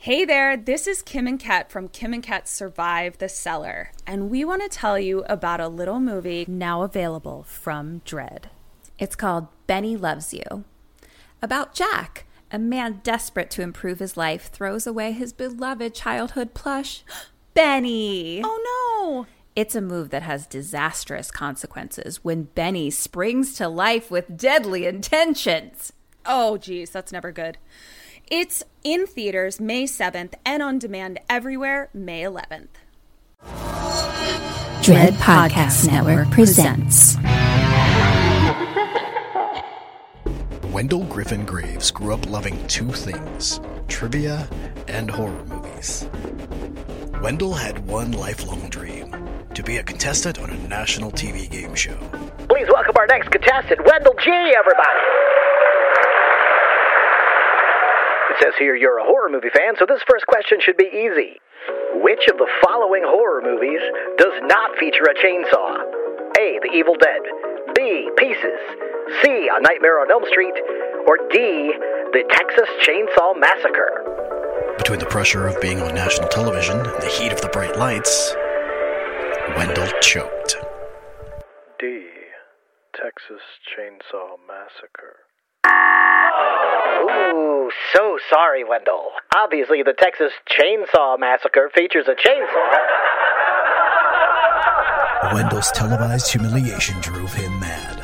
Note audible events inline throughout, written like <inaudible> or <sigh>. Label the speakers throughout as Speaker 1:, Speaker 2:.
Speaker 1: Hey there, this is Kim and Kat from Kim and Kat Survive the Cellar, and we want to tell you about a little movie now available from Dread.
Speaker 2: It's called Benny Loves You. About Jack, a man desperate to improve his life throws away his beloved childhood plush, <gasps> Benny.
Speaker 1: Oh no!
Speaker 2: It's a move that has disastrous consequences when Benny springs to life with deadly intentions.
Speaker 1: Oh, geez, that's never good. It's in theaters May 7th and on demand everywhere May 11th.
Speaker 3: Dread Podcast Network presents.
Speaker 4: Wendell Griffin Graves grew up loving two things trivia and horror movies. Wendell had one lifelong dream to be a contestant on a national TV game show.
Speaker 5: Please welcome our next contestant, Wendell G., everybody. It says here you're a horror movie fan, so this first question should be easy. Which of the following horror movies does not feature a chainsaw? A. The Evil Dead. B. Pieces. C. A Nightmare on Elm Street. Or D. The Texas Chainsaw Massacre.
Speaker 4: Between the pressure of being on national television and the heat of the bright lights, Wendell choked.
Speaker 6: D. Texas Chainsaw Massacre.
Speaker 5: Ooh, so sorry, Wendell. Obviously, the Texas Chainsaw Massacre features a chainsaw.
Speaker 4: Wendell's televised humiliation drove him mad.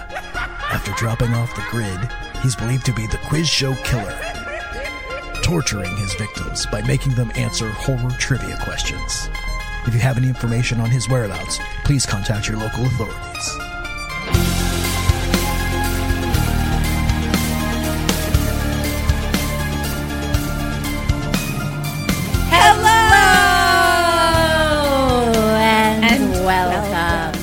Speaker 4: After dropping off the grid, he's believed to be the quiz show killer, torturing his victims by making them answer horror trivia questions. If you have any information on his whereabouts, please contact your local authorities.
Speaker 2: Hello! And, welcome,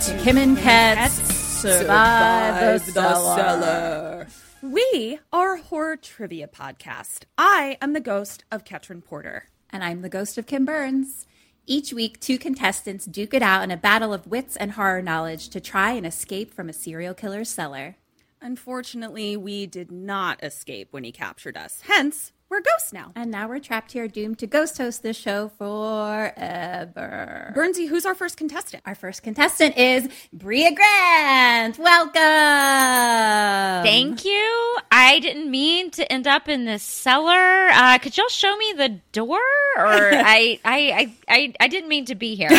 Speaker 2: to Kim and Kat's Survive the Cellar.
Speaker 1: We are a horror trivia podcast. I am the ghost of Ketrin Porter.
Speaker 2: And I'm the ghost of Kim Burns. Each week, two contestants duke it out in a battle of wits and horror knowledge to try and escape from a serial killer's cellar.
Speaker 1: Unfortunately, we did not escape when he captured us. Hence, we're ghosts now.
Speaker 2: And now we're trapped here, doomed to ghost host this show forever.
Speaker 1: Bernsey, who's our first contestant?
Speaker 2: Our first contestant is Bria Grant. Welcome.
Speaker 7: Thank you. I didn't mean to end up in this cellar. Uh, could y'all show me the door?
Speaker 2: <laughs>
Speaker 7: Or I, I, I, I, I didn't mean to be here.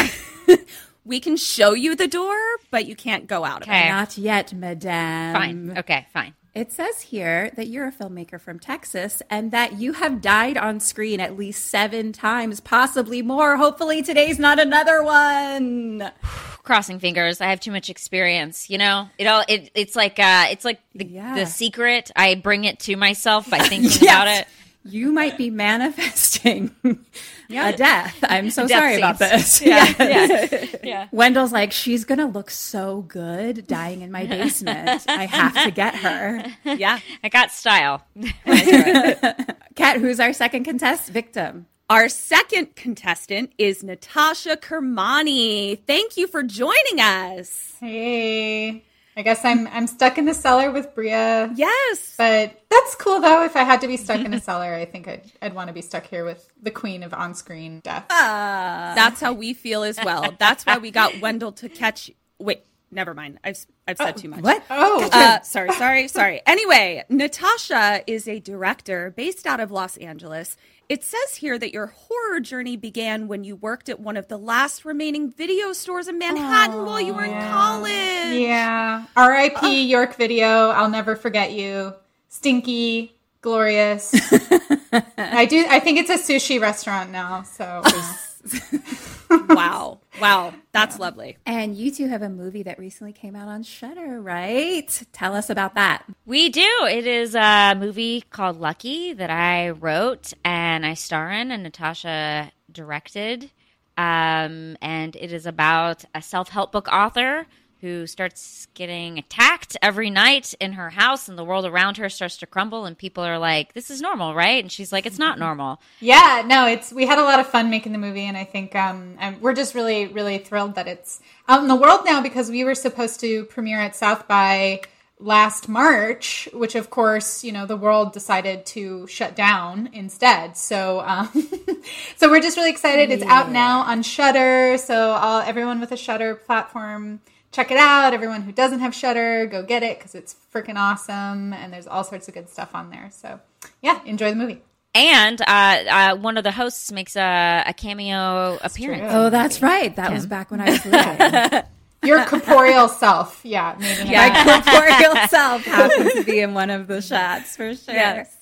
Speaker 1: We can show you the door, but you can't go out of it.
Speaker 7: Okay,
Speaker 2: Not yet, madame.
Speaker 7: fine. Okay, fine.
Speaker 2: It says here that you're a filmmaker from Texas and that you have died on screen at least seven times, possibly more. Hopefully, today's not another one.
Speaker 7: Crossing fingers. I have too much experience. You know, it all. It, it's like uh, it's like the,
Speaker 2: Yeah.
Speaker 7: the secret. I bring it to
Speaker 2: <laughs>
Speaker 7: myself by thinking about
Speaker 2: Yes.
Speaker 7: it.
Speaker 2: You might be manifesting a death. I'm so sorry about
Speaker 7: scenes.
Speaker 2: this. <laughs> Yeah.
Speaker 7: Yeah.
Speaker 2: Wendell's like, she's going to look so good dying in my basement. I have to get her.
Speaker 1: Yeah.
Speaker 7: I got style.
Speaker 2: Kat, who's our second contest victim?
Speaker 1: Our second contestant is Natasha Kermani. Thank you for joining us.
Speaker 8: Hey, I guess I'm I'm stuck in the cellar with Bria.
Speaker 1: Yes.
Speaker 8: But that's cool though. If I had to be stuck in a cellar, I think I'd, I'd want to be stuck here with the queen of on-screen death.
Speaker 1: That's how we feel as well. That's why we got Wendell to catch. Wait, never mind. I've I've said too much.
Speaker 2: What?
Speaker 8: oh,
Speaker 1: Uh, sorry, sorry, sorry. Anyway, Natasha is a director based out of Los Angeles. It says here that your horror journey began when you worked at one of the last remaining video stores in Manhattan while you were in college.
Speaker 8: yeah. R.I.P. York Video. I'll never forget you. Stinky, glorious. I do. I think it's a sushi restaurant now. So
Speaker 1: Wow. Wow. That's lovely.
Speaker 2: And you two have a movie that recently came out on Shudder, right? Tell us about that.
Speaker 7: We do. It is a movie called Lucky that I wrote and I star in, and Natasha directed. Um, and it is about a self help book author who starts getting attacked every night in her house, and the world around her starts to crumble, and people are like, This is normal, right? And she's like, It's not normal.
Speaker 8: Yeah, no, it's we had a lot of fun making the movie, and I think um, i we're just really, really thrilled that it's out in the world now because we were supposed to premiere at South by last March, which of course, you know, the world decided to shut down instead. So, um, <laughs> so we're just really excited. It's out now on Shutter. So, all everyone with a Shutter platform, check it out. Everyone who doesn't have Shutter, go get it because it's freaking awesome. And there's all sorts of good stuff on there. So, yeah, enjoy the movie.
Speaker 7: And uh, uh, one of the hosts makes a, a cameo appearance.
Speaker 2: Oh, that's right. That was back when I was
Speaker 1: <laughs>
Speaker 2: little.
Speaker 8: Your corporeal self, yeah, maybe.
Speaker 2: My
Speaker 1: <laughs>
Speaker 2: corporeal self happens to be in one of the shots for sure.
Speaker 1: Yes.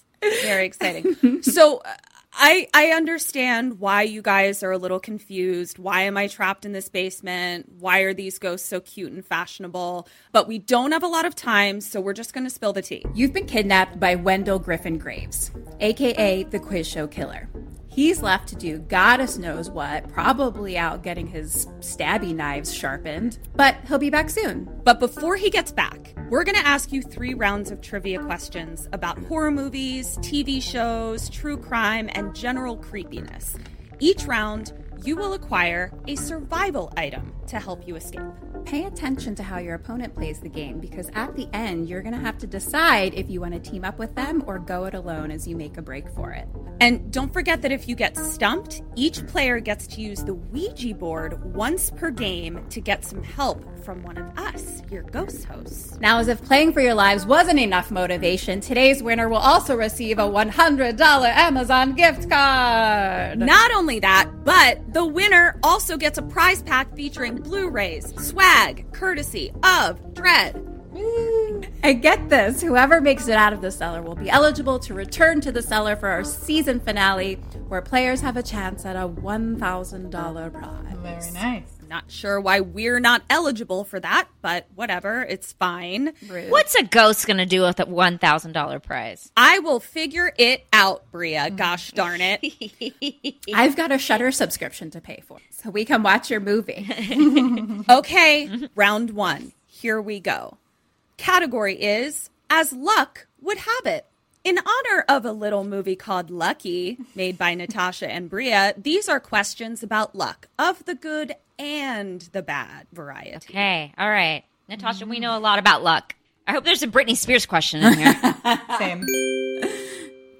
Speaker 1: Very
Speaker 2: <laughs>
Speaker 1: exciting. so uh, I I understand why you guys are a little confused. Why am I trapped in this basement? Why are these ghosts so cute and fashionable? But we don't have a lot of time, so we're just going to spill the tea.
Speaker 2: You've been kidnapped by Wendell Griffin Graves, aka the Quiz Show Killer. He's left to do goddess knows what, probably out getting his stabby knives sharpened, but he'll be back soon.
Speaker 1: But before he gets back, we're going to ask you 3 rounds of trivia questions about horror movies, TV shows, true crime, and general creepiness. Each round, you will acquire a survival item to help you escape.
Speaker 2: Pay attention to how your opponent plays the game because at the end, you're going to have to decide if you want to team up with them or go it alone as you make a break for it.
Speaker 1: And don't forget that if you get stumped, each player gets to use the Ouija board once per game to get some help from one of us, your ghost hosts.
Speaker 2: Now, as if playing for your lives wasn't enough motivation, today's winner will also receive a $100 Amazon gift card.
Speaker 1: Not only that, but the winner also gets a prize pack featuring Blu rays, swag, courtesy of Dread.
Speaker 2: And get this whoever makes it out of the cellar will be eligible to return to the cellar for our season finale, where players have a chance at a $1,000 prize.
Speaker 8: Very nice.
Speaker 1: Not sure why we're not eligible for that, but whatever, it's fine.
Speaker 7: What's a ghost going to do with a $1,000 prize?
Speaker 1: I will figure it out,
Speaker 2: Mm.
Speaker 1: Bria. Gosh darn
Speaker 2: <laughs>
Speaker 1: it.
Speaker 2: I've got a Shutter subscription to pay for, so we can watch your <laughs> movie. <laughs> Mm-hmm.
Speaker 1: Okay, round one. Here we go. Category is As Luck Would Have It. In honor of a little movie called Lucky, made
Speaker 2: <laughs>
Speaker 1: by Natasha and Bria, these are questions about luck of the good and the bad variety.
Speaker 7: Okay, all right. Natasha, we know a lot about luck. I hope there's a Britney Spears question in here.
Speaker 8: Same.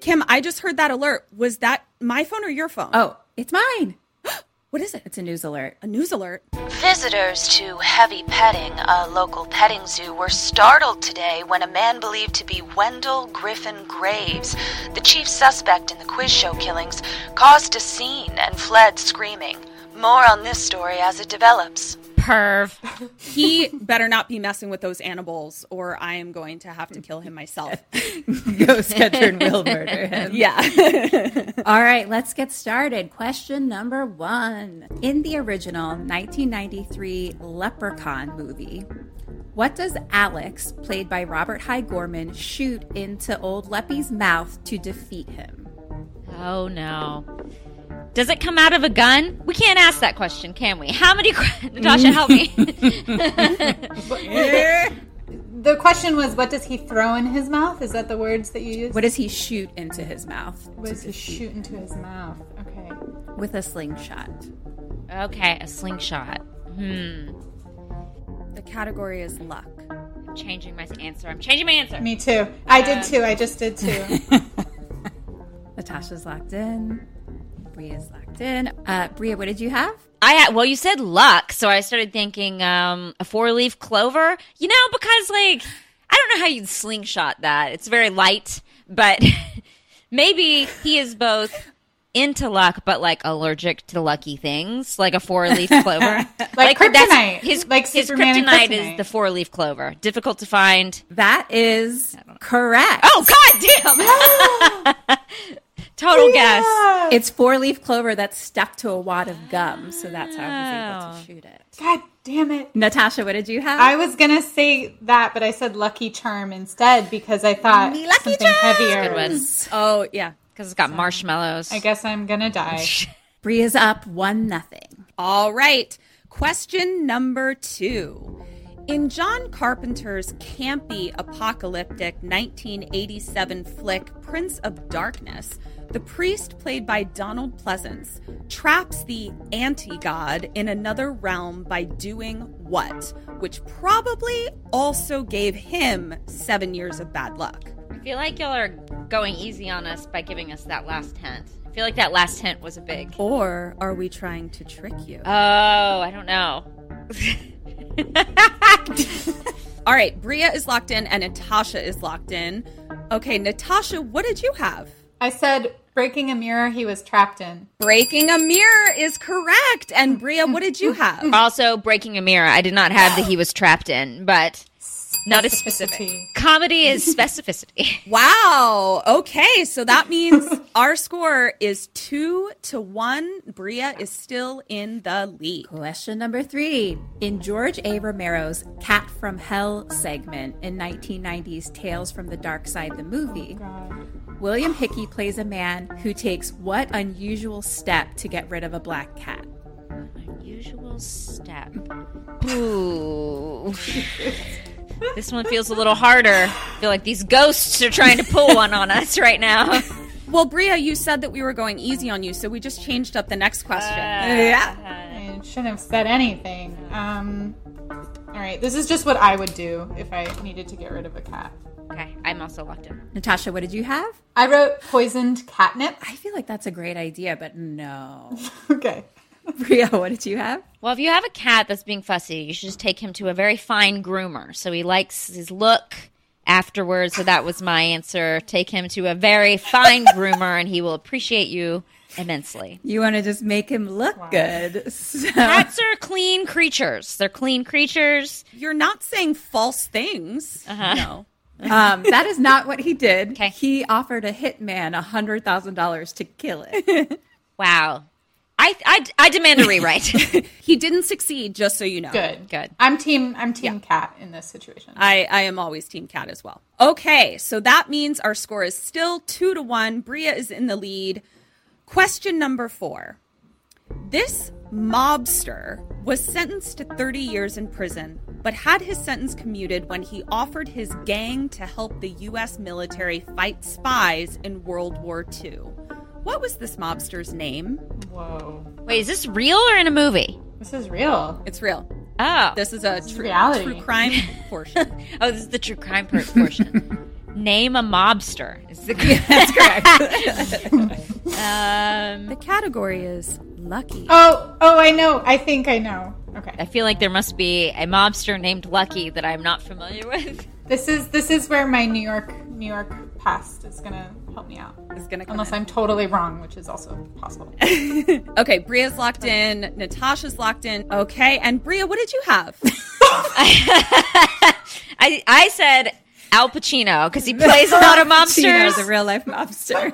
Speaker 1: Kim, I just heard that alert. Was that my phone or your phone?
Speaker 2: oh, it's mine.
Speaker 1: <gasps> what is it?
Speaker 2: It's a news alert.
Speaker 1: A news alert.
Speaker 9: Visitors to Heavy Petting, a local petting zoo, were startled today when a man believed to be Wendell Griffin Graves, the chief suspect in the quiz show killings, caused a scene and fled screaming. More on this story as it develops.
Speaker 7: Perv.
Speaker 1: He better not be messing with those animals, or I am going to have to kill him
Speaker 2: <laughs>
Speaker 1: myself.
Speaker 2: Ghost catcher and will murder him.
Speaker 1: yeah.
Speaker 2: <laughs> All right, let's get started. Question number one. In the original 1993 Leprechaun movie, what does Alex, played by Robert High Gorman, shoot into old Leppy's mouth to defeat him?
Speaker 7: Oh no. Does it come out of a gun? We can't ask that question, can we? How many que- <laughs> Natasha, help me.
Speaker 8: The question was, what does he throw in his mouth? Is that the words that you use?
Speaker 2: What does he shoot into his mouth
Speaker 8: What does he shoot into his mouth? Okay.
Speaker 2: with a slingshot?
Speaker 7: okay, a slingshot. Hmm.
Speaker 1: The category is luck.
Speaker 7: I'm changing my answer. I'm changing my answer.
Speaker 8: Me too. I did too. I just did too. <laughs>
Speaker 2: Natasha's locked in. Bria's locked in. Uh, Bria, what did you have?
Speaker 7: I had, well, you said luck, so I started thinking um, a four leaf clover. You know, because like I don't know how you'd slingshot that. It's very light, but <laughs> maybe he is both into luck, but like allergic to lucky things, like a four leaf
Speaker 8: <laughs>
Speaker 7: clover, like,
Speaker 8: kryptonite.
Speaker 7: His
Speaker 8: Like
Speaker 7: his
Speaker 8: Superman and
Speaker 7: kryptonite
Speaker 8: kryptonite.
Speaker 7: is the four leaf clover. Difficult to find.
Speaker 2: That is correct.
Speaker 7: Oh God damn! <laughs> Total
Speaker 8: <laughs>
Speaker 7: guess.
Speaker 2: It's four leaf clover that's stuck to a wad of gum, so that's how I was able to shoot it.
Speaker 8: God damn it.
Speaker 2: Natasha, what did you have?
Speaker 8: I was gonna say that, but I said Lucky Charm instead because I thought something heavier.
Speaker 1: Oh, yeah.
Speaker 7: Because it's got marshmallows.
Speaker 8: I guess I'm gonna die.
Speaker 2: Bria's up one nothing.
Speaker 1: All right. Question number two. In John Carpenter's campy apocalyptic 1987 flick, Prince of Darkness, the priest, played by Donald Pleasance, traps the anti god in another realm by doing what? Which probably also gave him seven years of bad luck.
Speaker 7: I feel like y'all are going easy on us by giving us that last hint. I feel like that last hint was a big. Oh,
Speaker 1: Or are we trying to trick you?
Speaker 7: I don't know.
Speaker 1: All right, Bria is locked in and Natasha is locked in. Okay, Natasha, what did you have?
Speaker 8: I said breaking a mirror he was trapped in.
Speaker 1: Breaking a mirror is correct. And Bria, what did you have?
Speaker 7: also, breaking a mirror. I did not have that he was trapped in, but not as specific.
Speaker 8: Specificity.
Speaker 7: Comedy is specificity.
Speaker 1: Wow. Okay, so that
Speaker 2: <laughs>
Speaker 1: means our score is two to one. Bria is still in the lead.
Speaker 2: Question number three. In George A. Romero's Cat from Hell segment in 1990's Tales from the Dark Side, the movie, William Hickey plays a man who takes what unusual step to get rid of a black cat?
Speaker 7: Unusual step. Ooh. this one feels a little harder. I feel like these ghosts are trying to pull one on us right now.
Speaker 1: Well, Bria, you said that we were going easy on you, so we just changed up the next question.
Speaker 2: Uh,
Speaker 1: yeah.
Speaker 8: I shouldn't have said anything. Um, all right, this is just what I would do if I needed to get rid of a cat.
Speaker 7: Okay, I'm also locked in.
Speaker 2: Natasha, what did you have? <laughs>
Speaker 8: I wrote poisoned catnip.
Speaker 2: I feel like that's a great idea, but no.
Speaker 8: <laughs> Okay.
Speaker 2: Bria, what did you have?
Speaker 7: Well, if you have a cat that's being fussy, you should just take him to a very fine groomer. So he likes his look afterwards. So that was my answer. Take him to a very fine groomer and he will appreciate you
Speaker 2: <laughs>
Speaker 7: immensely.
Speaker 2: You want to just make him look good. <laughs> So,
Speaker 7: Cats are clean creatures. They're clean creatures.
Speaker 1: You're not saying false things. No.
Speaker 2: um, that is not what he did.
Speaker 7: Okay.
Speaker 2: He offered a hitman $100,000 to kill it.
Speaker 7: Wow. I, I, I demand a rewrite.
Speaker 2: <laughs>
Speaker 1: He didn't succeed, just so you know.
Speaker 8: Good.
Speaker 7: Good.
Speaker 8: I'm team I'm team cat in this situation.
Speaker 1: I, I am always team cat as well. Okay, so that means our score is still two to one. Bria is in the lead. Question number four. This mobster was sentenced to 30 years in prison, but had his sentence commuted when he offered his gang to help the U.S. military fight spies in World War II. What was this mobster's name?
Speaker 8: Whoa.
Speaker 7: Wait, is this real or in a movie?
Speaker 8: This is real.
Speaker 1: It's real.
Speaker 7: Oh.
Speaker 1: This is a true,
Speaker 8: reality.
Speaker 1: true crime portion.
Speaker 7: Oh, this is the true crime per- portion.
Speaker 2: <laughs>
Speaker 7: Name a mobster. Is the
Speaker 2: That's correct.
Speaker 1: the category is lucky.
Speaker 8: Oh, oh, I know. I think I know. Okay.
Speaker 7: <laughs> I feel like there must be a mobster named Lucky that I'm not familiar with.
Speaker 8: This is this is where my New York New York past is going to help me out.
Speaker 1: Is gonna come
Speaker 8: Unless
Speaker 1: in.
Speaker 8: I'm totally wrong, which is also
Speaker 2: <laughs>
Speaker 8: possible. <laughs>
Speaker 1: Okay, Bria's locked in. Natasha's locked in. Okay, and Bria, what did you have?
Speaker 7: I I said Al Pacino because he plays a lot <laughs> of
Speaker 2: Tino,
Speaker 7: mobsters,
Speaker 2: the real life mobster.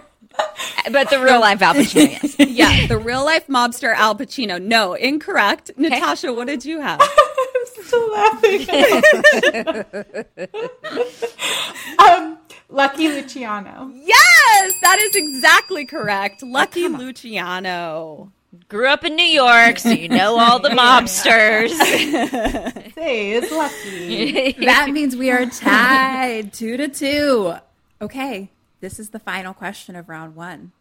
Speaker 7: but the real life Al <laughs> Pacino. Yes.
Speaker 1: <laughs> yeah, the real life mobster Al Pacino. No, incorrect. Natasha, what did you have?
Speaker 2: <laughs>
Speaker 8: still laughing. um, Lucky Luciano.
Speaker 1: <laughs> yes, that is exactly correct. Lucky Luciano.
Speaker 7: Grew up in New York, so you know all <laughs> the mobsters.
Speaker 8: Say it's lucky.
Speaker 2: <laughs> That means we are tied two to two. Okay, this is the final question of round one.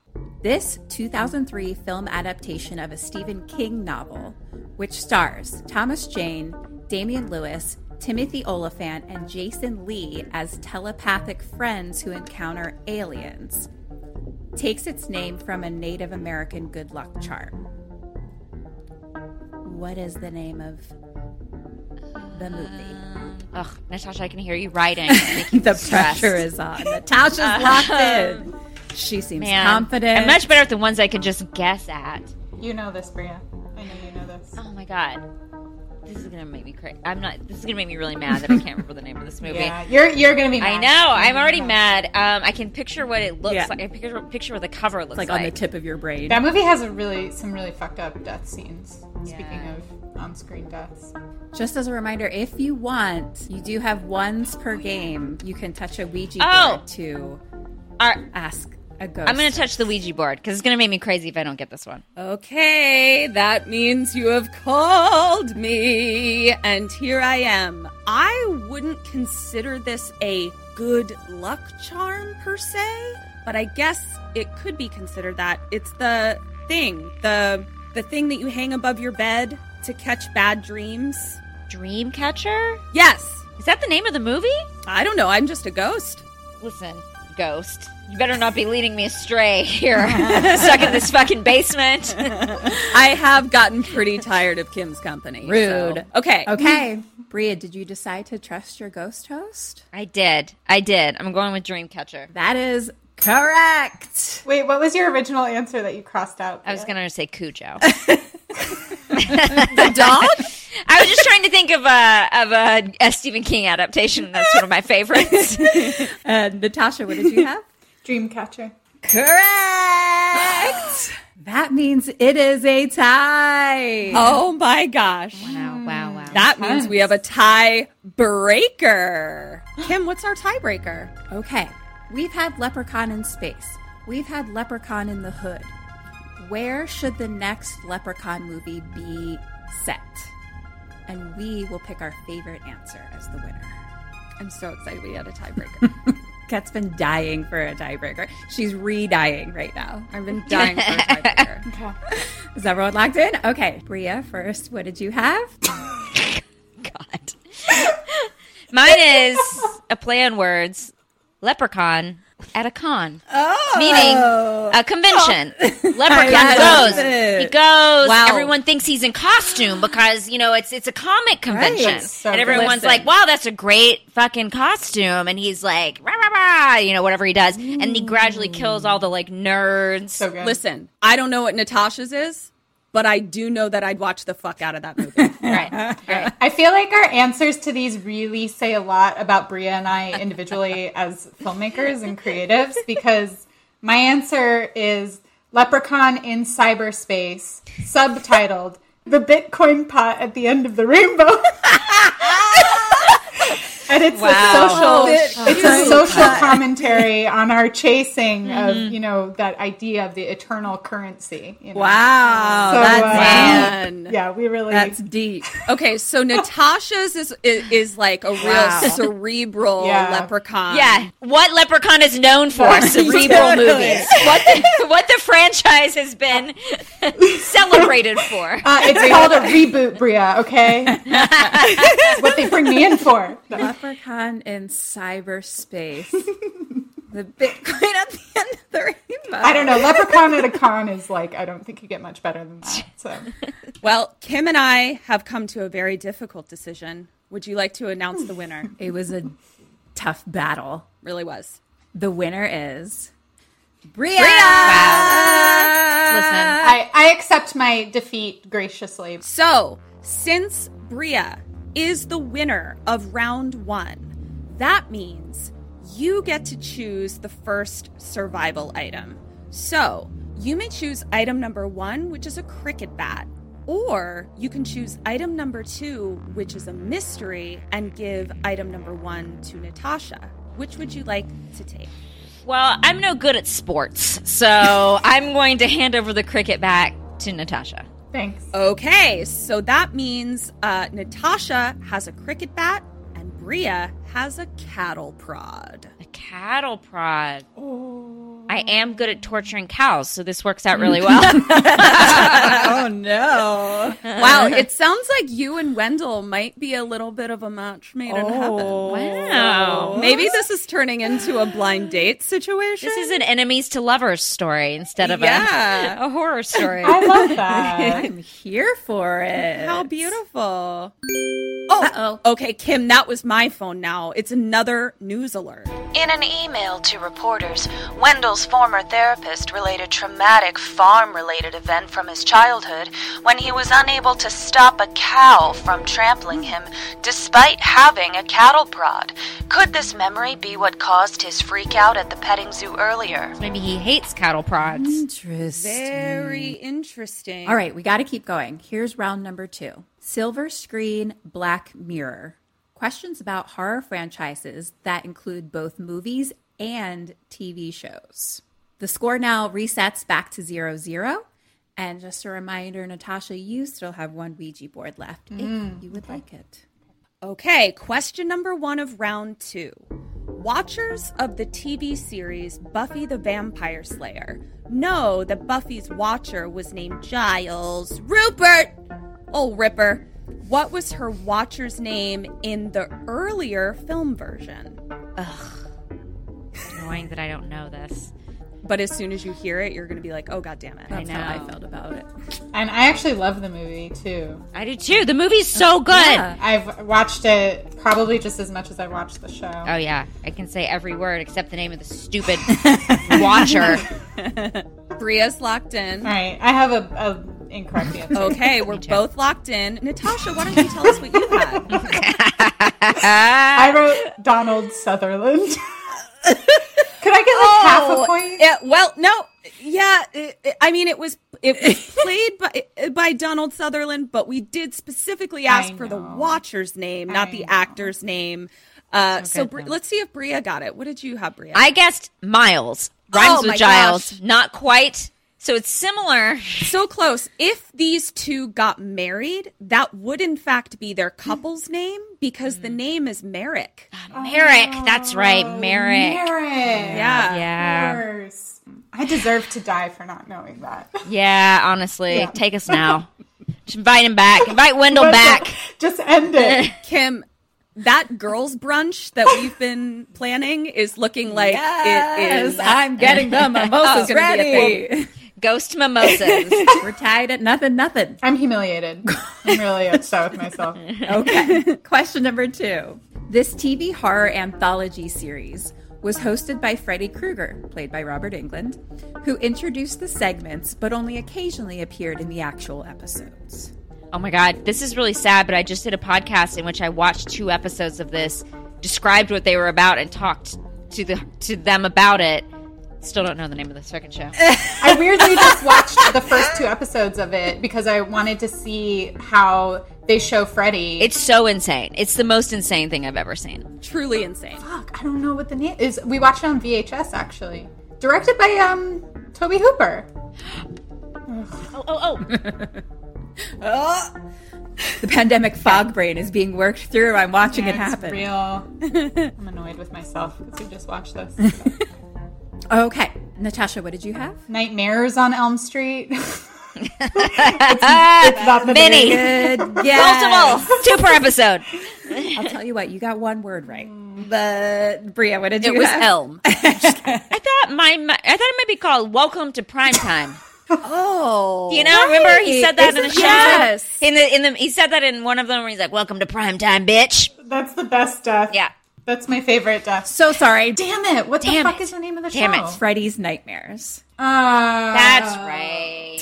Speaker 2: This 2003 film adaptation of a Stephen King novel, which stars Thomas Jane, Damian Lewis, Timothy Oliphant, and Jason Lee as telepathic friends who encounter aliens, takes its name from a Native American good luck charm. What is the name of the movie?
Speaker 7: <laughs> Ugh, Natasha, I can hear you <laughs> writing. It's making
Speaker 2: <laughs>
Speaker 7: me
Speaker 2: the
Speaker 7: stressed.
Speaker 2: pressure is on. Natasha's locked in. She seems
Speaker 7: Uh-huh. Man,
Speaker 2: confident.
Speaker 7: I'm much better at the ones I can just guess at.
Speaker 8: You know this, Bria. I know you know this.
Speaker 7: Oh my god. This is gonna make me crazy. I'm not. This is gonna make me really mad that I can't remember the name of <laughs> this movie.
Speaker 8: Yeah, you're you're gonna be.
Speaker 7: I
Speaker 8: mad.
Speaker 7: know. I'm already mad. Um, I can picture what it looks
Speaker 2: Yeah.
Speaker 7: like. I picture picture what the cover looks
Speaker 2: like
Speaker 7: like.
Speaker 2: on the tip of your brain.
Speaker 8: That movie has a really some really fucked up death scenes. Speaking of on-screen deaths,
Speaker 2: Just as a reminder, if you want, you do have ones per game. You can touch a Ouija
Speaker 7: Oh.
Speaker 2: board to
Speaker 7: All right,
Speaker 2: ask a ghost.
Speaker 7: I'm gonna touch the Ouija board because it's gonna make me crazy if I don't get this one.
Speaker 1: Okay, that means you have called me, and here I am. I wouldn't consider this a good luck charm per se, but I guess it could be considered that. It's the thing, the the thing that you hang above your bed to catch bad dreams.
Speaker 7: Dreamcatcher?
Speaker 1: Yes.
Speaker 7: Is that the name of the movie?
Speaker 1: I don't know. I'm just a ghost.
Speaker 7: Listen, ghost, you better not be leading me astray here, <laughs> stuck in this fucking basement.
Speaker 1: I have gotten pretty tired of Kim's company. so-
Speaker 2: Rude.
Speaker 1: Okay.
Speaker 2: Okay. Bria, did you decide to trust your ghost host?
Speaker 7: <laughs> I did. I did. I'm going with Dreamcatcher.
Speaker 2: That is correct.
Speaker 8: Wait, what was your original answer that you crossed out?
Speaker 7: I was
Speaker 8: Bria?
Speaker 7: gonna say Cujo.
Speaker 1: The <laughs> dog?
Speaker 7: I was just trying to think of a of a, a Stephen King adaptation. That's one of my favorites.
Speaker 2: And Natasha, what did you <laughs> have?
Speaker 8: Dreamcatcher.
Speaker 2: correct. That means it is a tie.
Speaker 1: oh my gosh.
Speaker 7: wow! Wow! Wow!
Speaker 1: That means we have a tie breaker. <gasps> Kim, what's our tiebreaker?
Speaker 2: Okay. We've had Leprechaun in space. We've had Leprechaun in the Hood. Where should the next Leprechaun movie be set? And we will pick our favorite answer as the winner.
Speaker 1: I'm so excited we had a tiebreaker.
Speaker 2: <laughs> Kat's been dying for a tiebreaker. She's re dying right now.
Speaker 1: I've been dying for
Speaker 2: <laughs>
Speaker 1: a tiebreaker.
Speaker 2: Is everyone locked in? Okay. Bria, first, what did you have?
Speaker 7: God. <laughs> Mine is a play on words. Leprechaun at a con. Oh. Meaning a convention.
Speaker 8: Oh. <laughs>
Speaker 7: Leprechaun goes. He goes. Everyone thinks he's in costume because, you know, it's it's a comic convention.
Speaker 8: So
Speaker 7: and everyone's
Speaker 8: listen.
Speaker 7: like, wow, that's a great fucking costume. And he's like, rah, rah, rah, you know, whatever he does. And he gradually kills all the like nerds.
Speaker 8: So good.
Speaker 1: Listen, I don't know what Natasha's is, but I do know that I'd watch the fuck out of that movie.
Speaker 8: <laughs>
Speaker 7: right. right.
Speaker 8: I feel like our answers to these really say a lot about Bria
Speaker 1: <laughs>
Speaker 8: and I individually as filmmakers and creatives because my answer is Leprechaun in Cyberspace, subtitled The Bitcoin Pot at the End of the
Speaker 1: <laughs>
Speaker 8: Rainbow. and it's
Speaker 1: Oh,
Speaker 7: Wow.
Speaker 8: a social it's a social commentary on our chasing of,
Speaker 1: Mm-hmm.
Speaker 8: you know, that idea of the eternal currency. You know?
Speaker 2: Ah.
Speaker 1: Wow.
Speaker 8: So,
Speaker 1: that's
Speaker 8: uh,
Speaker 1: fun.
Speaker 8: Yeah, we really
Speaker 2: That's deep.
Speaker 1: Okay, so Natasha's is is, is like a real cerebral
Speaker 8: Yeah.
Speaker 1: leprechaun.
Speaker 7: Yeah. What Leprechaun is known for? Cerebral movies. What the, what the franchise has been celebrated for.
Speaker 8: Uh, <laughs> it's called a reboot, Bria. Okay, That's what they bring me in for.
Speaker 2: Leprechaun in cyberspace. <laughs> the Bitcoin at the end of the rainbow.
Speaker 8: I don't know. Leprechaun at a con is like I don't think you get much better than that. So
Speaker 1: Well, Kim and I have come to a very difficult decision. Would you like to announce the winner?
Speaker 2: <laughs> It was a tough battle.
Speaker 1: really was.
Speaker 2: The winner is Bria.
Speaker 7: Listen,
Speaker 8: I, I accept my defeat graciously.
Speaker 1: So, since Bria is the winner of round 1, that means you get to choose the first survival item. So, you may choose item number 1, which is a cricket bat, or you can choose item number 2, which is a mystery and give item number 1 to Natasha. Which would you like to take?
Speaker 7: well, I'm no good at sports, so I'm going to hand over the cricket back to Natasha.
Speaker 8: Thanks.
Speaker 1: Okay, so that means uh, Natasha has a cricket bat and Bria has a cattle prod.
Speaker 7: A cattle prod. I am good at torturing cows, so this works out really well.
Speaker 2: Oh no.
Speaker 1: <laughs> Wow, it sounds like you and Wendell might be a little bit of a match made in
Speaker 2: Oh.
Speaker 1: heaven.
Speaker 7: wow.
Speaker 1: Maybe this is turning into a blind date situation.
Speaker 7: This is an enemies to lovers story instead of
Speaker 1: Yeah.
Speaker 7: a, a horror story.
Speaker 8: I
Speaker 1: <laughs>
Speaker 8: love that.
Speaker 2: I'm here for it.
Speaker 1: How beautiful. Oh, okay, Kim, that was my phone now. It's another news alert.
Speaker 9: In an email to reporters, Wendell's former therapist related traumatic farm-related event from his childhood when he was unable to stop a cow from trampling him despite having a cattle prod. Could this memory be what caused his freak out at the petting zoo earlier?
Speaker 7: Maybe he hates cattle prods.
Speaker 2: Interesting.
Speaker 1: Very
Speaker 2: Hmm.
Speaker 1: interesting.
Speaker 2: All right, we got to keep going. Here's round number two Silver Screen Black Mirror. Questions about horror franchises that include both movies and TV shows. The score now resets back to zero zero. And just a reminder, Natasha, you still have one Ouija board left if you would like it.
Speaker 1: Okay, question number one of round two. watchers of the TV series Buffy the Vampire Slayer know that Buffy's watcher was named Giles Rupert. Oh, Ripper. What was her watcher's name in the earlier film version?
Speaker 7: Annoying that I don't know this.
Speaker 1: But as soon as you hear it, you're going to be like, oh, god damn it.
Speaker 2: That's how I
Speaker 7: know.
Speaker 2: felt about it.
Speaker 8: And I actually love the movie too.
Speaker 7: I do too. The movie's so good.
Speaker 2: Yeah.
Speaker 8: I've watched it probably just as much as I watched the show.
Speaker 7: Oh yeah, I can say every word except the name of the stupid watcher.
Speaker 1: Bria's locked in.
Speaker 8: All right, I have a, a incorrect answer.
Speaker 1: Okay, we're both locked in. Natasha, why don't you tell us what you had?
Speaker 8: I wrote Donald Sutherland. Could I get like half a point?
Speaker 1: Yeah, well, no, yeah. It, it- I mean, it was it was <laughs> played by by Donald Sutherland, but we did specifically ask
Speaker 8: I
Speaker 1: for the
Speaker 8: know.
Speaker 1: watcher's name, not
Speaker 8: I
Speaker 1: the
Speaker 8: know.
Speaker 1: actor's name. Uh, so Bri- let's see if Bria got it. What did you have, Bria?
Speaker 7: I guessed Miles rhymes
Speaker 1: Oh, my
Speaker 7: with Giles,
Speaker 1: gosh.
Speaker 7: not quite. So it's similar.
Speaker 1: so close. If these two got married, that would in fact be their couple's name because the name is Merrick.
Speaker 7: Merrick, that's right, Merrick.
Speaker 8: Merrick.
Speaker 1: Yeah.
Speaker 7: Yeah,
Speaker 8: Of course. I deserve to die for not knowing that. <laughs>
Speaker 7: yeah. Honestly, take us now. Just invite him back. Invite Wendell
Speaker 8: But
Speaker 7: back.
Speaker 8: Just end it.
Speaker 1: Kim, that girls' brunch that we've been planning is looking like it is. Oh,
Speaker 2: I'm
Speaker 1: <laughs>
Speaker 2: getting the mimosas
Speaker 1: gonna be a
Speaker 2: ready.
Speaker 7: Ghost mimosas.
Speaker 2: We're tied at nothing, nothing. <laughs>
Speaker 8: I'm humiliated. I'm really upset with myself.
Speaker 2: Okay. Question number two. This TV horror anthology series was hosted by Freddy Krueger, played by Robert England, who introduced the segments but only occasionally appeared in the actual episodes.
Speaker 7: Oh my god, this is really sad, but I just did a podcast in which I watched two episodes of this, described what they were about and talked to the to them about it. Still don't know the name of the
Speaker 2: <laughs>
Speaker 7: second show.
Speaker 8: I weirdly just watched the first two episodes of it because I wanted to see how they show Freddy.
Speaker 7: It's so insane. It's the most insane thing I've ever seen.
Speaker 1: truly insane.
Speaker 8: Fuck, I don't know what the name is. We watched it on VHS actually, directed by um Toby Hooper.
Speaker 7: Oh, oh, oh.
Speaker 2: The pandemic fog brain is being worked through. I'm watching it
Speaker 8: It's
Speaker 2: happen.
Speaker 8: Real. I'm annoyed with myself because we just watched this.
Speaker 2: Okay. Natasha, what did you have?
Speaker 8: Nightmares on Elm Street. <laughs> it's, it's not the
Speaker 7: Mini. <laughs>
Speaker 8: name.
Speaker 2: Good.
Speaker 7: Multiple. Two per episode.
Speaker 2: <laughs> I'll tell you what, you got one word right. But Mm. Bria, what did you
Speaker 7: It was
Speaker 2: have? <laughs>
Speaker 7: Elm. I thought my, my I thought it might be called Welcome to Prime Time.
Speaker 1: Oh,
Speaker 7: You know, remember he said that in the
Speaker 2: Isn't-
Speaker 7: show.
Speaker 2: yes.
Speaker 7: In the in the he said that in one of them where he's like, "Welcome to Prime Time, bitch."
Speaker 8: That's the best death.
Speaker 7: Yeah.
Speaker 8: That's my favorite death.
Speaker 2: So sorry.
Speaker 8: Damn it! What
Speaker 7: Damn
Speaker 8: the fuck
Speaker 7: it.
Speaker 8: is the name of the
Speaker 7: Damn
Speaker 8: show?
Speaker 7: it.
Speaker 2: Freddy's nightmares.
Speaker 8: Uh,
Speaker 7: That's right.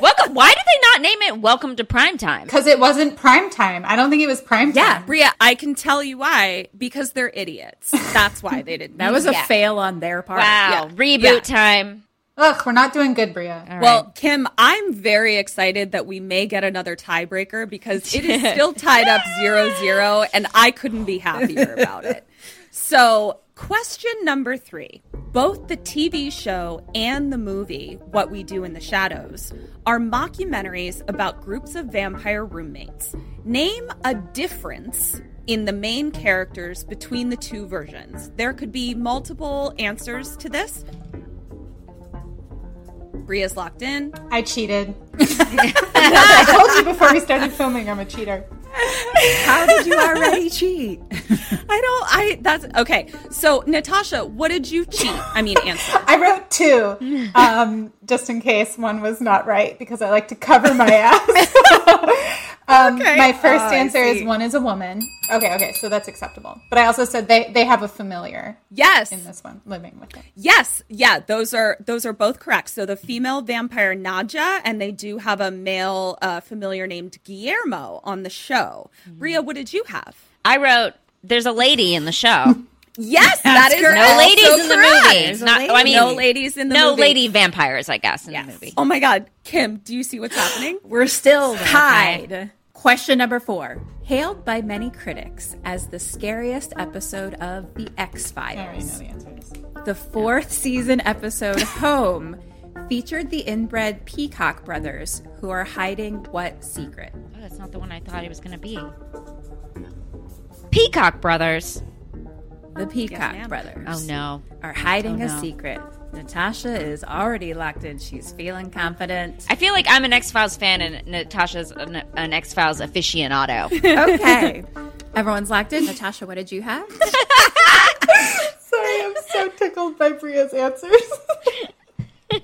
Speaker 7: Welcome. Why did they not name it Welcome to Prime Time?
Speaker 8: Because it wasn't prime time. I don't think it was prime
Speaker 2: Yeah.
Speaker 8: time.
Speaker 1: Bria, I can tell you why because they're idiots. That's why they didn't.
Speaker 2: <laughs> That was a fail on their part.
Speaker 7: Wow.
Speaker 1: Yeah.
Speaker 7: Reboot
Speaker 1: Yeah.
Speaker 7: time.
Speaker 8: Ugh, we're not doing good, Bria.
Speaker 2: Oh,
Speaker 1: Well, Kim, I'm very excited that we may get another tiebreaker because it is
Speaker 2: <laughs>
Speaker 1: still tied up 0 0, and I couldn't be happier about it. So, question number three both the TV show and the movie, What We Do in the Shadows, are mockumentaries about groups of vampire roommates. Name a difference in the main characters between the two versions. There could be multiple answers to this. Bria's locked in.
Speaker 8: I
Speaker 7: <laughs>
Speaker 8: cheated. I told you before we started filming, I'm a cheater.
Speaker 2: How did
Speaker 1: <laughs>
Speaker 2: you already cheat?
Speaker 1: I don't. I that's okay. So Natasha, what did you cheat? I mean,
Speaker 8: <laughs>
Speaker 1: answer.
Speaker 8: I
Speaker 7: <laughs>
Speaker 8: wrote two, um, just in case one was not right, because I like to
Speaker 7: <laughs>
Speaker 8: cover my ass. <laughs> um, My first
Speaker 7: Oh,
Speaker 8: answer is one is a woman. Okay, okay, so that's acceptable. But I also said they, they have a familiar
Speaker 1: Yes,
Speaker 8: in this one, living with it.
Speaker 1: yes, yeah. Those are those are both correct. So the female vampire Nadja, and they do have a male uh, familiar named Guillermo on the show. Bria, what did you have?
Speaker 7: I wrote. There's a lady in
Speaker 1: <laughs>
Speaker 7: the show.
Speaker 1: Yes, that is
Speaker 7: No
Speaker 1: also
Speaker 7: ladies in the
Speaker 1: correct.
Speaker 7: movie. Not, I mean,
Speaker 1: no ladies in the
Speaker 7: no
Speaker 1: movie.
Speaker 7: lady vampires, I guess, in the movie.
Speaker 1: Oh my God, Kim, do you see what's happening?
Speaker 2: <gasps> We're still tied. Question number four. Hailed by many critics as the scariest episode of The X
Speaker 8: I already know
Speaker 2: Files,
Speaker 8: the answers.
Speaker 2: the fourth season
Speaker 1: <laughs>
Speaker 2: episode Home featured the inbred Peacock brothers who are hiding what secret?
Speaker 7: Oh, that's not the one I thought it was going to be. Peacock Brothers.
Speaker 2: The Peacock
Speaker 1: ma'am.
Speaker 2: brothers
Speaker 7: Oh no.
Speaker 2: are hiding
Speaker 7: Oh,
Speaker 2: a
Speaker 7: no.
Speaker 2: secret. Natasha is already locked in. She's feeling confident.
Speaker 7: I feel like I'm an X Files fan and Natasha's an, an X
Speaker 1: <laughs>
Speaker 7: Files aficionado.
Speaker 2: Okay. Everyone's locked in. Natasha, what did you have?
Speaker 8: Sorry, I'm so tickled by Bria's answers.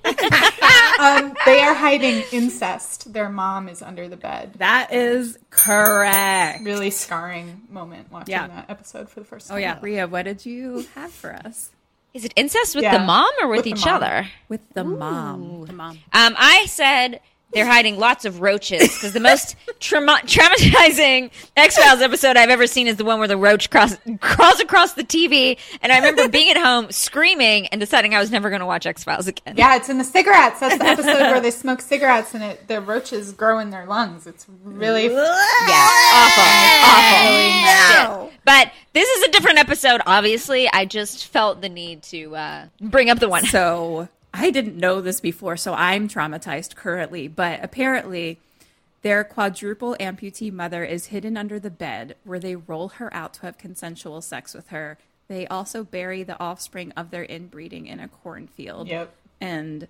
Speaker 8: um, they are hiding incest. Their mom is under the bed.
Speaker 2: That is correct.
Speaker 8: Really scarring moment watching
Speaker 1: Yeah.
Speaker 8: that episode for the first time.
Speaker 1: Oh yeah.
Speaker 2: Bria, what did you have for us?
Speaker 7: Is it incest with
Speaker 8: Yeah.
Speaker 7: the mom or with,
Speaker 8: With the
Speaker 7: each
Speaker 8: mom.
Speaker 7: other?
Speaker 2: With the mom. The mom.
Speaker 7: Um, I said they're hiding lots of roaches because the most trauma- traumatizing X Files episode I've ever seen is the one where the roach cross- crawls across the TV. And I remember being at home screaming and deciding I was never going to watch X Files again.
Speaker 8: Yeah, it's in the cigarettes. That's the episode where they smoke cigarettes and it, the roaches grow in their lungs. It's really
Speaker 7: Yeah, awful, awful. Shit. But this is a different episode. Obviously, I just felt the need to uh, bring up the one.
Speaker 2: <laughs> So I didn't know this before, so I'm traumatized currently, but apparently their quadruple amputee mother is hidden under the bed where they roll her out to have consensual sex with her. They also bury the offspring of their inbreeding in a cornfield.
Speaker 8: Yep.
Speaker 2: And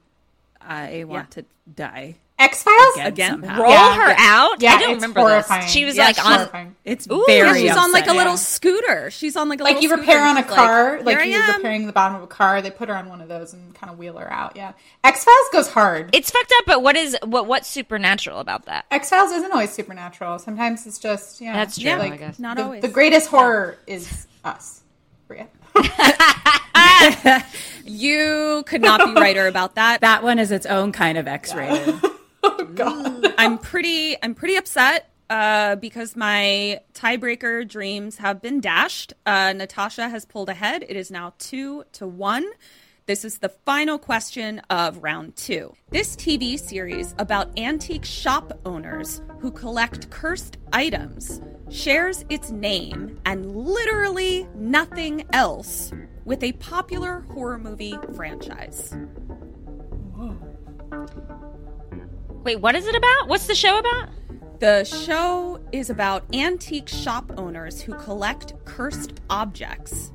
Speaker 2: I want to die.
Speaker 8: X Files
Speaker 2: Again? somehow.
Speaker 7: Roll
Speaker 8: Yeah,
Speaker 7: her
Speaker 8: yeah.
Speaker 7: out.
Speaker 8: Yeah,
Speaker 7: I don't
Speaker 8: it's
Speaker 7: remember
Speaker 8: horrifying.
Speaker 7: this. She was
Speaker 8: Yeah,
Speaker 7: like
Speaker 8: it's
Speaker 7: on.
Speaker 8: horrifying.
Speaker 2: It's
Speaker 7: Ooh.
Speaker 2: very
Speaker 1: Yeah, she's on like a
Speaker 2: upsetting.
Speaker 1: little scooter. She's on like a
Speaker 8: like
Speaker 1: little
Speaker 8: you
Speaker 1: scooter,
Speaker 8: repair on a
Speaker 1: just
Speaker 8: car,
Speaker 1: Like,
Speaker 8: like,
Speaker 1: here I
Speaker 8: you're
Speaker 1: am.
Speaker 8: repairing the bottom of a car. They put her on one of those and kind of wheel her out. Yeah, X Files goes hard.
Speaker 7: It's fucked up. But what is what? What's supernatural about that?
Speaker 8: X Files isn't always supernatural. Sometimes it's just yeah.
Speaker 7: That's true,
Speaker 8: Yeah,
Speaker 7: I guess.
Speaker 1: Not
Speaker 8: the,
Speaker 1: always.
Speaker 8: The greatest horror is us.
Speaker 7: <laughs>
Speaker 8: Bria.
Speaker 1: You could not <laughs> be righter about that.
Speaker 2: That one is its own kind of X rated.
Speaker 1: I'm pretty I'm pretty upset uh, because my tiebreaker dreams have been dashed. Uh, Natasha has pulled ahead. It is now two to one. This is the final question of round two. This TV series about antique shop owners who collect cursed items shares its name and literally nothing else with a popular horror movie franchise.
Speaker 7: Wait, what is it about? What's the show about?
Speaker 1: The show is about antique shop owners who collect cursed objects.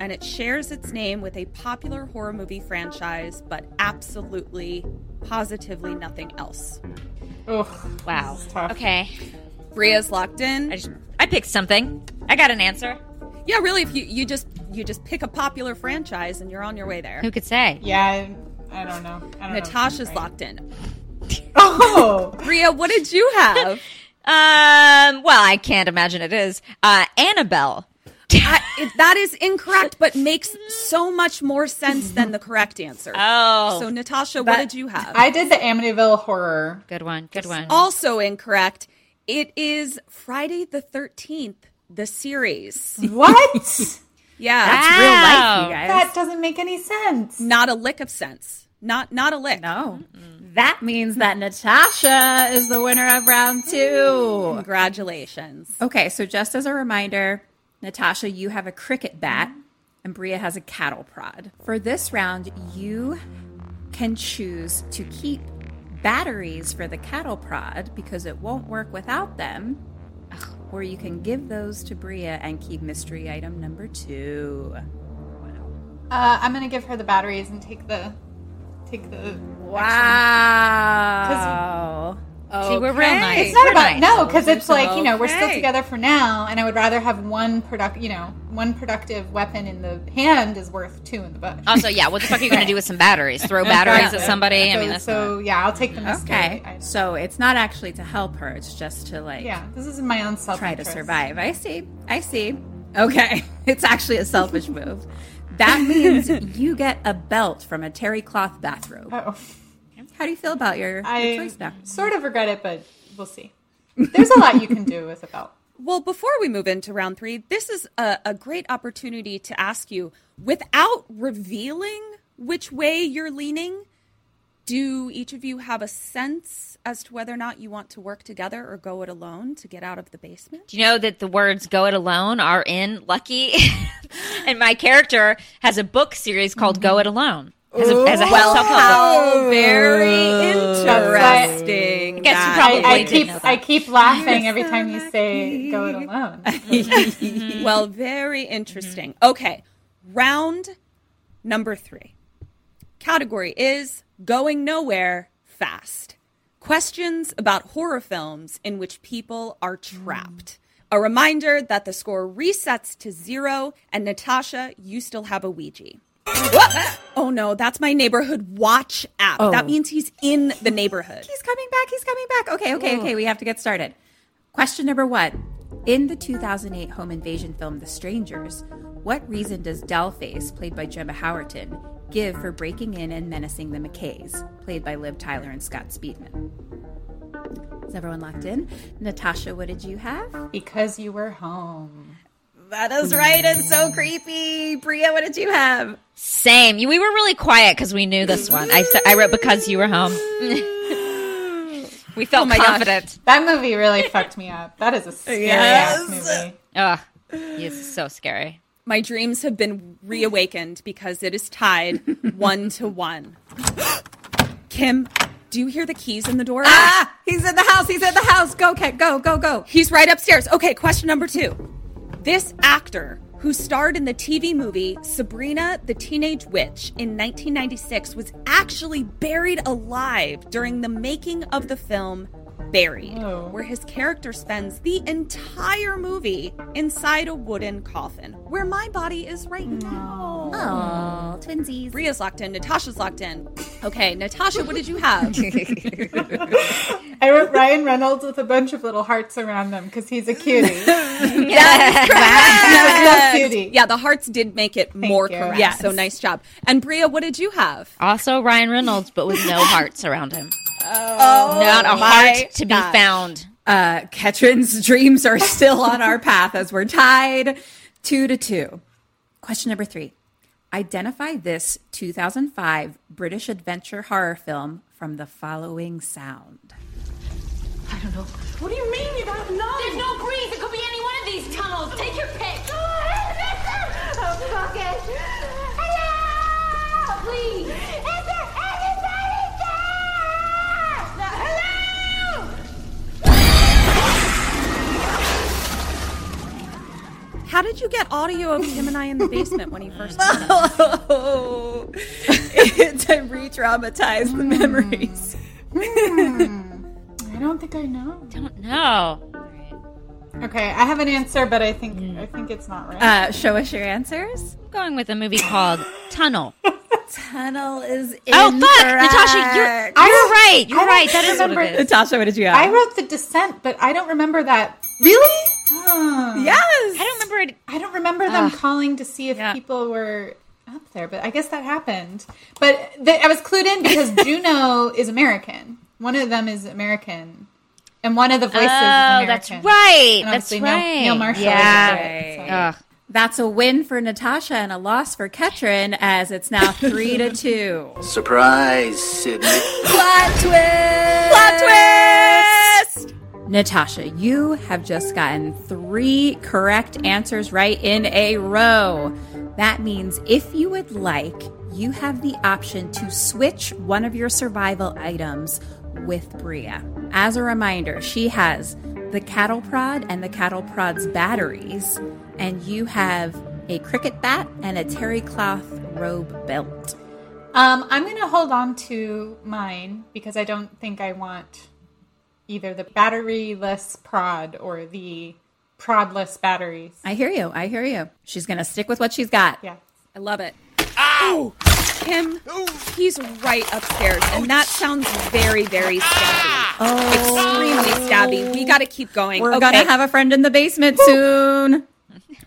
Speaker 1: And it shares its name with a popular horror movie franchise, but absolutely, positively nothing else.
Speaker 8: Ugh.
Speaker 7: Wow.
Speaker 8: tough.
Speaker 7: Okay.
Speaker 1: Bria's locked
Speaker 7: I
Speaker 1: in.
Speaker 7: just I picked something. I got an answer.
Speaker 1: Yeah, really, if you, you just you just pick a popular franchise and you're on your way there.
Speaker 7: Who could say?
Speaker 8: Yeah, I, I don't know. I don't
Speaker 1: Natasha's
Speaker 8: know.
Speaker 1: locked in.
Speaker 8: Oh,
Speaker 1: Bria, what did you have?
Speaker 7: Um. Well, I can't imagine it is. Uh, Annabelle.
Speaker 1: I, it, that is incorrect, but makes so much more sense than the correct answer.
Speaker 7: Oh.
Speaker 1: So, Natasha, what did you have?
Speaker 8: I did the Amityville horror.
Speaker 7: Good one. Good one.
Speaker 1: also incorrect. It is Friday the 13th, the series.
Speaker 7: <laughs>
Speaker 8: What?
Speaker 1: Yeah.
Speaker 2: Real life, you
Speaker 7: Oh, Wow.
Speaker 2: guys.
Speaker 8: that doesn't make any sense.
Speaker 1: not a lick of sense. Not not a lick.
Speaker 2: no. That means that Natasha is the winner of round two.
Speaker 1: Congratulations.
Speaker 2: Okay, so just as a reminder, Natasha, you have a cricket bat and Bria has a cattle prod. For this round, you can choose to keep batteries for the cattle prod because it won't work without them, or you can give those to Bria and keep mystery item number two.
Speaker 8: Uh, I'm gonna give her the batteries and take the take the.
Speaker 2: Wow. Oh,
Speaker 7: See, we're real nice.
Speaker 8: It's not
Speaker 7: We're
Speaker 8: about
Speaker 7: nice.
Speaker 8: no, because it's like you know we're still
Speaker 1: Okay.
Speaker 8: together for now, and I would rather have one product, you know, one productive weapon in the hand is worth two in the bush.
Speaker 7: Also, yeah. What the fuck are you gonna do with some batteries?
Speaker 8: <laughs>
Speaker 7: Throw batteries at somebody? I
Speaker 8: so,
Speaker 7: mean, that's
Speaker 8: so yeah, I'll take the mystery.
Speaker 2: okay.
Speaker 8: I-
Speaker 2: So it's not actually to help her, it's just to like
Speaker 8: yeah, this is in my own self.
Speaker 2: try to survive. I see. I see.
Speaker 1: <laughs>
Speaker 2: Okay. It's actually a selfish move. <laughs> That means you get a belt from a terry cloth bathrobe.
Speaker 8: Oh,
Speaker 2: How do you feel about your, your
Speaker 8: I
Speaker 2: choice now?
Speaker 8: sort of regret it, but we'll see. There's a lot you can do with a belt.
Speaker 1: Well, before we move into round three, this is a, a great opportunity to ask you, without revealing which way you're leaning, do each of you have a sense as to whether or not you want to work together or go it alone to get out of the basement?
Speaker 7: Do you know that the words "go it alone" are <laughs> in Lucky, and my character has a book series called "Go It Alone." Has a, has a
Speaker 1: well,
Speaker 7: self-help book.
Speaker 1: how Oh, very
Speaker 8: That's
Speaker 1: interesting.
Speaker 7: I guess you
Speaker 1: that
Speaker 7: probably
Speaker 8: I, I
Speaker 7: didn't
Speaker 1: is.
Speaker 8: keep
Speaker 7: know that.
Speaker 8: I keep laughing every time you say "go it alone."
Speaker 1: <laughs>
Speaker 2: Mm-hmm.
Speaker 1: well, very interesting. Okay, round number three. Category is going nowhere fast. Questions about horror films in which people are
Speaker 2: Mm.
Speaker 1: trapped. A reminder that the score resets to zero, and Natasha, you still have a Ouija.
Speaker 2: <laughs>
Speaker 1: Whoa! Oh no, that's my neighborhood watch app. That means he's in the neighborhood.
Speaker 2: Oh.
Speaker 1: Oh.
Speaker 2: He's coming back. He's coming back. Okay, okay, okay. We have to get started. Question number one. In the 2008 home invasion film The Strangers, what reason does Dollface, played by Gemma Howerton, give for breaking in and menacing the McKays, played by Liv Tyler and Scott Speedman? Is everyone locked in? Natasha, what did you have?
Speaker 8: because you were home.
Speaker 2: That is right. It's so creepy. Bria, what did you have?
Speaker 7: Same. You- We were really quiet because we knew this one. I, s- I wrote because you were home. we
Speaker 2: Oh
Speaker 7: felt
Speaker 1: my gosh.
Speaker 7: confident.
Speaker 8: That movie really fucked me up. That is a scary ass movie.
Speaker 7: Ugh. It's so scary.
Speaker 1: My dreams have been reawakened because it is
Speaker 2: <laughs>
Speaker 1: tied one to one. <gasps> Kim, do you hear the keys in the door?
Speaker 2: Ah, he's in the house. He's in the house. Go, Kat. Go, go, go.
Speaker 1: He's right upstairs. Okay, question number two. This actor who starred in the TV movie Sabrina the Teenage Witch in 1996 was actually buried alive during the making of the film Buried,
Speaker 8: Oh.
Speaker 1: where his character spends the entire movie inside a wooden coffin, where my body is right now.
Speaker 2: Oh, twinsies.
Speaker 1: Bria's locked in, Natasha's locked in. Okay, Natasha, what did you
Speaker 8: <laughs>
Speaker 1: have?
Speaker 8: I wrote Ryan Reynolds with a bunch of little hearts around them because he's a cutie. Yes, he's a cutie.
Speaker 1: yeah, the hearts did make it more
Speaker 8: you.
Speaker 1: correct.
Speaker 8: Yes.
Speaker 1: So nice job. And Bria, what did you have?
Speaker 7: Also, Ryan Reynolds, but with no hearts around him. Oh, Not a heart to be found.
Speaker 2: Uh, Ketrin's <laughs> dreams are still on our path as we're tied two to two. Question number three Identify this 2005 British adventure horror film from the following sound.
Speaker 10: What do you mean you don't know? There's no breeze. It could be any one of these tunnels. Take your pick. oh, fuck it. Hello! Please. Is there anybody there? Hello!
Speaker 1: How did you get audio of Kim and I in the basement when he first?
Speaker 2: Oh, <laughs> it's I re traumatized the memories.
Speaker 8: I don't think I know.
Speaker 7: Don't know.
Speaker 8: Okay, I have an answer, but I think I think it's not right.
Speaker 2: Uh, show us your answers.
Speaker 7: I'm going with a movie called Tunnel.
Speaker 2: Tunnel is
Speaker 7: Oh, fuck! Natasha, you're, you're
Speaker 8: I
Speaker 7: right.
Speaker 8: don't- I
Speaker 7: You're
Speaker 8: don't
Speaker 7: right. That is what
Speaker 8: remember
Speaker 7: it is.
Speaker 2: Natasha, what did you have?
Speaker 8: I wrote The Descent, but I don't remember that. Really? Huh.
Speaker 2: yes.
Speaker 7: I don't remember it.
Speaker 8: I don't remember them calling to see if
Speaker 7: Yeah.
Speaker 8: people were up there, but I guess that happened. But th- I was clued
Speaker 7: <laughs>
Speaker 8: in because Juno is American. One of them is American, and one of the voices. is
Speaker 7: Oh,
Speaker 8: American.
Speaker 7: that's right.
Speaker 8: And
Speaker 7: That's
Speaker 8: obviously
Speaker 7: right.
Speaker 8: Neil, Neil Marshall. is
Speaker 7: Yeah.
Speaker 8: British, so-
Speaker 7: Ugh.
Speaker 2: That's a win for Natasha and a loss for Ketrin as it's now three to two.
Speaker 5: Surprise, Sydney.
Speaker 2: Plot twist! Plot twist! Natasha, you have just gotten three correct answers right in a row. That means if you would like, you have the option to switch one of your survival items with Bria. As a reminder, she has the cattle prod and the cattle prod's batteries, and you have a cricket bat and a terry cloth robe belt.
Speaker 8: Um, I'm going to hold on to mine because I don't think I want either the batteryless prod or the prodless batteries.
Speaker 2: I hear you. I hear you. She's going to stick with what she's got.
Speaker 8: Yeah.
Speaker 1: I love it. Ow! Kim, he's right upstairs, and that sounds very, very stabby. Extremely stabby. We got to keep going.
Speaker 2: We're
Speaker 1: okay.
Speaker 2: going to have a friend in the basement soon.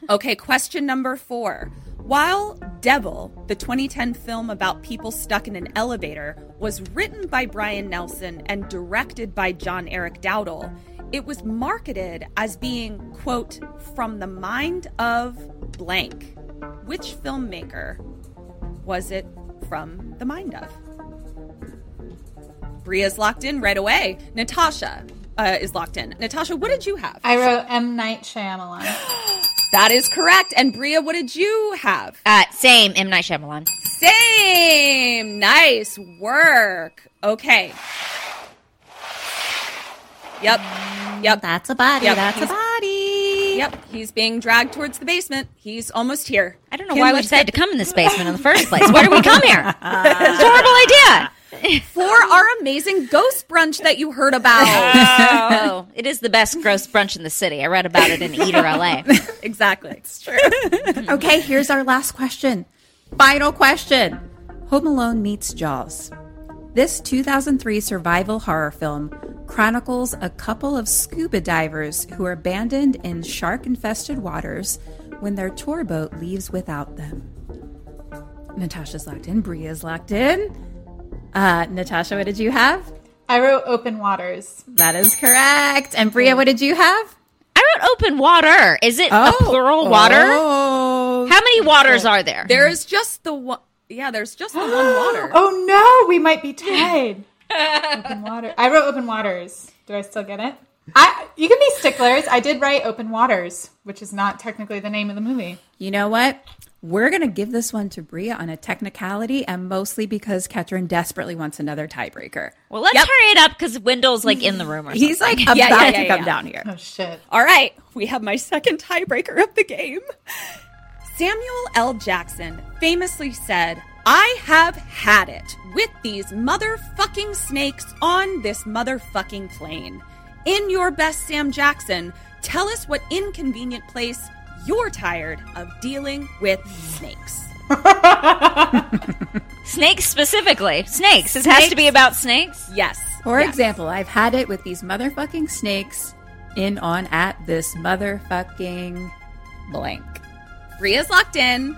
Speaker 1: Okay, question number four. While Devil, the 2010 film about people stuck in an elevator, was written by Brian Nelson and directed by John Eric Dowdle, it was marketed as being, quote, from the mind of blank. Which filmmaker was it from the mind of? Bria's locked in right away. Natasha uh, is locked in. Natasha, what did you have?
Speaker 8: I wrote M. Night Shyamalan.
Speaker 1: That is correct. And Bria, what did you have?
Speaker 7: Uh, same. M. Night Shyamalan.
Speaker 1: Same. Nice work. Okay. Yep. Yep.
Speaker 2: That's a body.
Speaker 1: Yep,
Speaker 2: That's a
Speaker 1: he's-
Speaker 2: body.
Speaker 1: Yep. He's being dragged towards the basement. He's almost here.
Speaker 7: I don't know
Speaker 1: Kim,
Speaker 7: why we
Speaker 1: let's
Speaker 7: decided to come in this basement in the first place. Why did we come
Speaker 8: <laughs>
Speaker 7: here?
Speaker 8: Oh.
Speaker 7: It's a horrible idea.
Speaker 1: For
Speaker 2: um,
Speaker 1: our amazing ghost brunch that you heard about.
Speaker 7: <laughs>
Speaker 2: <laughs>
Speaker 7: Oh, it is the best gross brunch in the city. I read about it in Eater LA.
Speaker 1: exactly. It's <laughs> true.
Speaker 2: Okay, here's our last question. Final question. Home Alone meets Jaws. This 2003 survival horror film chronicles a couple of scuba divers who are abandoned in shark infested waters when their tour boat leaves without them. Natasha's locked in, Bria's locked in. Uh, Natasha, what did you have?
Speaker 8: I wrote open waters.
Speaker 2: That is correct. And Bria, what did you have?
Speaker 7: I wrote open water. Is it a plural water?
Speaker 2: Oh.
Speaker 7: How many waters are there?
Speaker 1: There is just the one. Yeah, there's just the one water.
Speaker 8: Oh no, we might be tied. open water. I wrote open waters. Do I still get it? I you can be sticklers. I did write open waters, which is not technically the name of the movie.
Speaker 2: You know what? We're going to give this one to Bria on a technicality and mostly because Ketrin desperately wants another tiebreaker.
Speaker 7: well, let's hurry it up because Wendell's like in the room or something.
Speaker 2: He's like
Speaker 1: <laughs>
Speaker 2: about
Speaker 1: yeah,
Speaker 2: to
Speaker 1: yeah,
Speaker 2: come
Speaker 1: yeah.
Speaker 2: down here.
Speaker 8: Oh shit.
Speaker 1: All right, we have my second tiebreaker of the game. Samuel L. Jackson famously said, I have had it with these motherfucking snakes on this motherfucking plane. In your best Sam Jackson, tell us what inconvenient place you're tired of dealing with snakes.
Speaker 7: Snakes specifically. Snakes. This has to be about snakes.
Speaker 1: Yes.
Speaker 2: For
Speaker 1: yes.
Speaker 2: example, I've had it with these motherfucking snakes in on at this motherfucking blank.
Speaker 1: Rhea's locked in.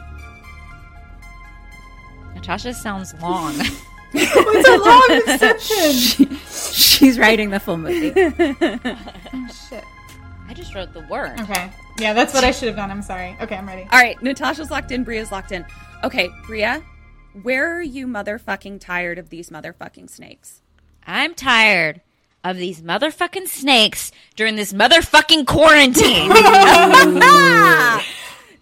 Speaker 7: Natasha sounds long. <laughs>
Speaker 8: It's a long exception.
Speaker 2: She's writing the full movie.
Speaker 8: shit.
Speaker 7: I just wrote the word.
Speaker 8: Okay. Yeah, that's what I should have done. I'm sorry. Okay, I'm ready.
Speaker 1: All right, Natasha's locked in, Bria's locked in. Okay, Bria, where are you motherfucking tired of these motherfucking snakes?
Speaker 7: I'm tired of these motherfucking snakes during this motherfucking quarantine. Uh,